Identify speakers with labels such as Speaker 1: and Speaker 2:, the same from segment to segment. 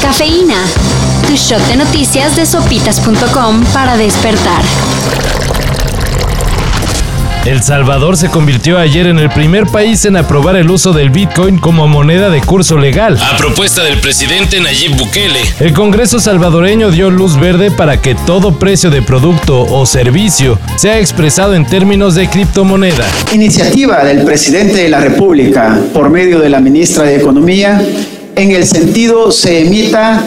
Speaker 1: Cafeína. Tu shot de noticias de sopitas.com para despertar.
Speaker 2: El Salvador se convirtió ayer en el primer país en aprobar el uso del Bitcoin como moneda de curso legal.
Speaker 3: A propuesta del presidente Nayib Bukele,
Speaker 2: El Congreso salvadoreño dio luz verde para que todo precio de producto o servicio sea expresado en términos de criptomoneda.
Speaker 4: iniciativa del presidente de la República por medio de la ministra de Economía en el sentido se emita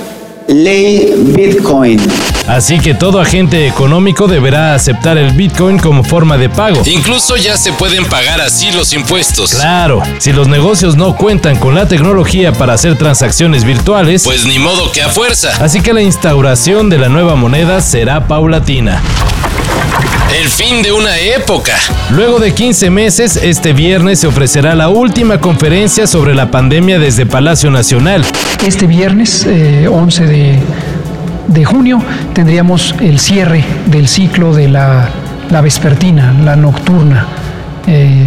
Speaker 4: ley Bitcoin.
Speaker 2: Así que todo agente económico deberá aceptar el Bitcoin como forma de pago.
Speaker 3: incluso ya se pueden pagar así los impuestos.
Speaker 2: Claro, si los negocios no cuentan con la tecnología para hacer transacciones virtuales,
Speaker 3: Pues ni modo que a fuerza.
Speaker 2: así que la instauración de la nueva moneda será paulatina.
Speaker 3: El fin de una época.
Speaker 2: Luego de 15 meses, este viernes se ofrecerá la última conferencia sobre la pandemia desde Palacio Nacional.
Speaker 5: Este viernes eh, 11 de, de junio tendríamos el cierre del ciclo de la, la vespertina, la nocturna, eh,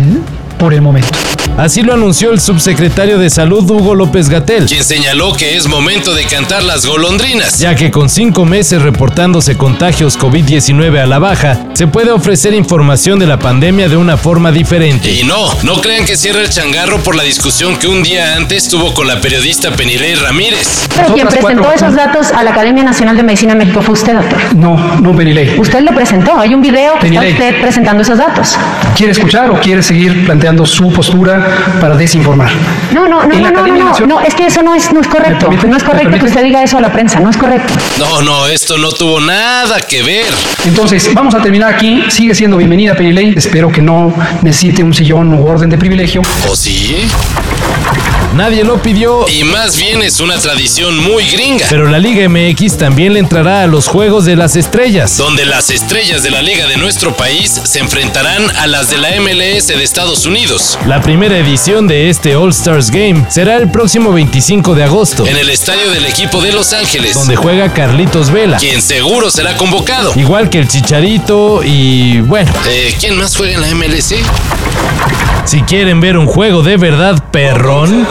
Speaker 5: por el momento.
Speaker 2: Así lo anunció el subsecretario de Salud Hugo López Gatel,
Speaker 3: Quien señaló que es momento de cantar las golondrinas.
Speaker 2: ya que con cinco meses reportándose contagios COVID-19 a la baja, se puede ofrecer información de la pandemia de una forma diferente.
Speaker 3: Y no, no crean que cierra el changarro por la discusión que un día antes tuvo con la periodista Penilei Ramírez.
Speaker 6: Pero quien
Speaker 5: Otras
Speaker 6: presentó
Speaker 5: cuatro.
Speaker 6: esos datos a la Academia Nacional de Medicina de México fue usted, doctor.
Speaker 5: No, no, Benilei.
Speaker 6: Usted lo presentó. Hay un video que está
Speaker 5: Penilei.
Speaker 6: usted presentando esos datos.
Speaker 5: ¿Quiere escuchar o quiere seguir planteando su postura para desinformar?
Speaker 6: No, no, no,
Speaker 5: En
Speaker 6: no,
Speaker 5: la
Speaker 6: no,
Speaker 5: Academia
Speaker 6: no, no,
Speaker 5: Nacional-
Speaker 6: no, es que eso no es, no es
Speaker 5: ¿Me
Speaker 6: correcto.
Speaker 5: permite?
Speaker 6: No es
Speaker 5: ¿Me
Speaker 6: correcto que
Speaker 5: permite?
Speaker 6: usted diga eso a la prensa, no es correcto.
Speaker 3: No, no, esto no tuvo nada que ver.
Speaker 5: Entonces, vamos a terminar aquí. Sigue siendo bienvenida, Penilei. Espero que no necesite un sillón o orden de privilegio.
Speaker 3: ¿O sí?
Speaker 2: Nadie lo pidió.
Speaker 3: Y más bien es una tradición muy gringa,
Speaker 2: Pero la Liga MX también le entrará a los Juegos de las Estrellas.
Speaker 3: donde las estrellas de la liga de nuestro país se enfrentarán a las de la MLS de Estados Unidos,
Speaker 2: La primera edición de este All Stars Game será el próximo 25 de agosto,
Speaker 3: en el estadio del equipo de Los Ángeles,
Speaker 2: donde juega Carlitos Vela,
Speaker 3: quien seguro será convocado.
Speaker 2: igual que el Chicharito y bueno,
Speaker 3: Eh, ¿Quién más juega en la MLC?
Speaker 2: si quieren ver un juego de verdad perrón,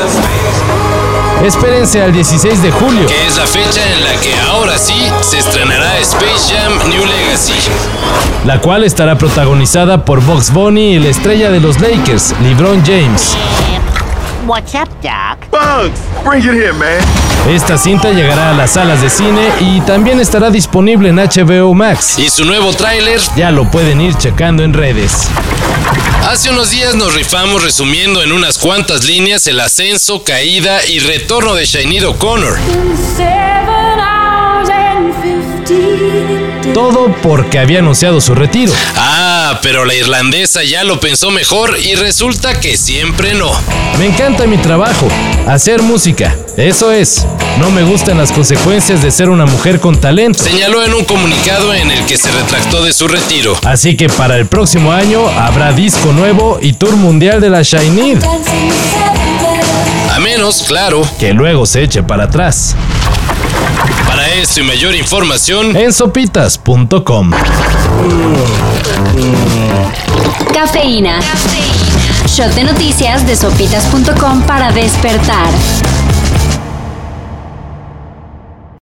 Speaker 2: espérense al 16 de julio.
Speaker 3: Que es la fecha en la que ahora sí se estrenará Space Jam New Legacy.
Speaker 2: la cual estará protagonizada por Box Bunny y la estrella de los Lakers, LeBron James.
Speaker 7: What's up, Doc?
Speaker 8: Bugs, bring it here, man.
Speaker 2: Esta cinta llegará a las salas de cine y también estará disponible en HBO Max.
Speaker 3: Y su nuevo tráiler,
Speaker 2: Ya lo pueden ir checando en redes.
Speaker 3: hace unos días nos rifamos resumiendo en unas cuantas líneas el ascenso, caída y retorno de Shainid O'Connor.
Speaker 2: Todo porque había anunciado su retiro.
Speaker 3: Ah, pero la irlandesa ya lo pensó mejor y resulta que siempre no.
Speaker 2: Me encanta mi trabajo, hacer música, eso es. No me gustan las consecuencias de ser una mujer con talento.
Speaker 3: Señaló en un comunicado en el que se retractó de su retiro.
Speaker 2: Así que para el próximo año habrá disco nuevo y tour mundial de la Shinee,
Speaker 3: A menos, claro,
Speaker 2: que luego se eche para atrás.
Speaker 3: para esto y mayor información,
Speaker 2: En sopitas.com.
Speaker 1: Cafeína. Shot de noticias de sopitas.com para despertar.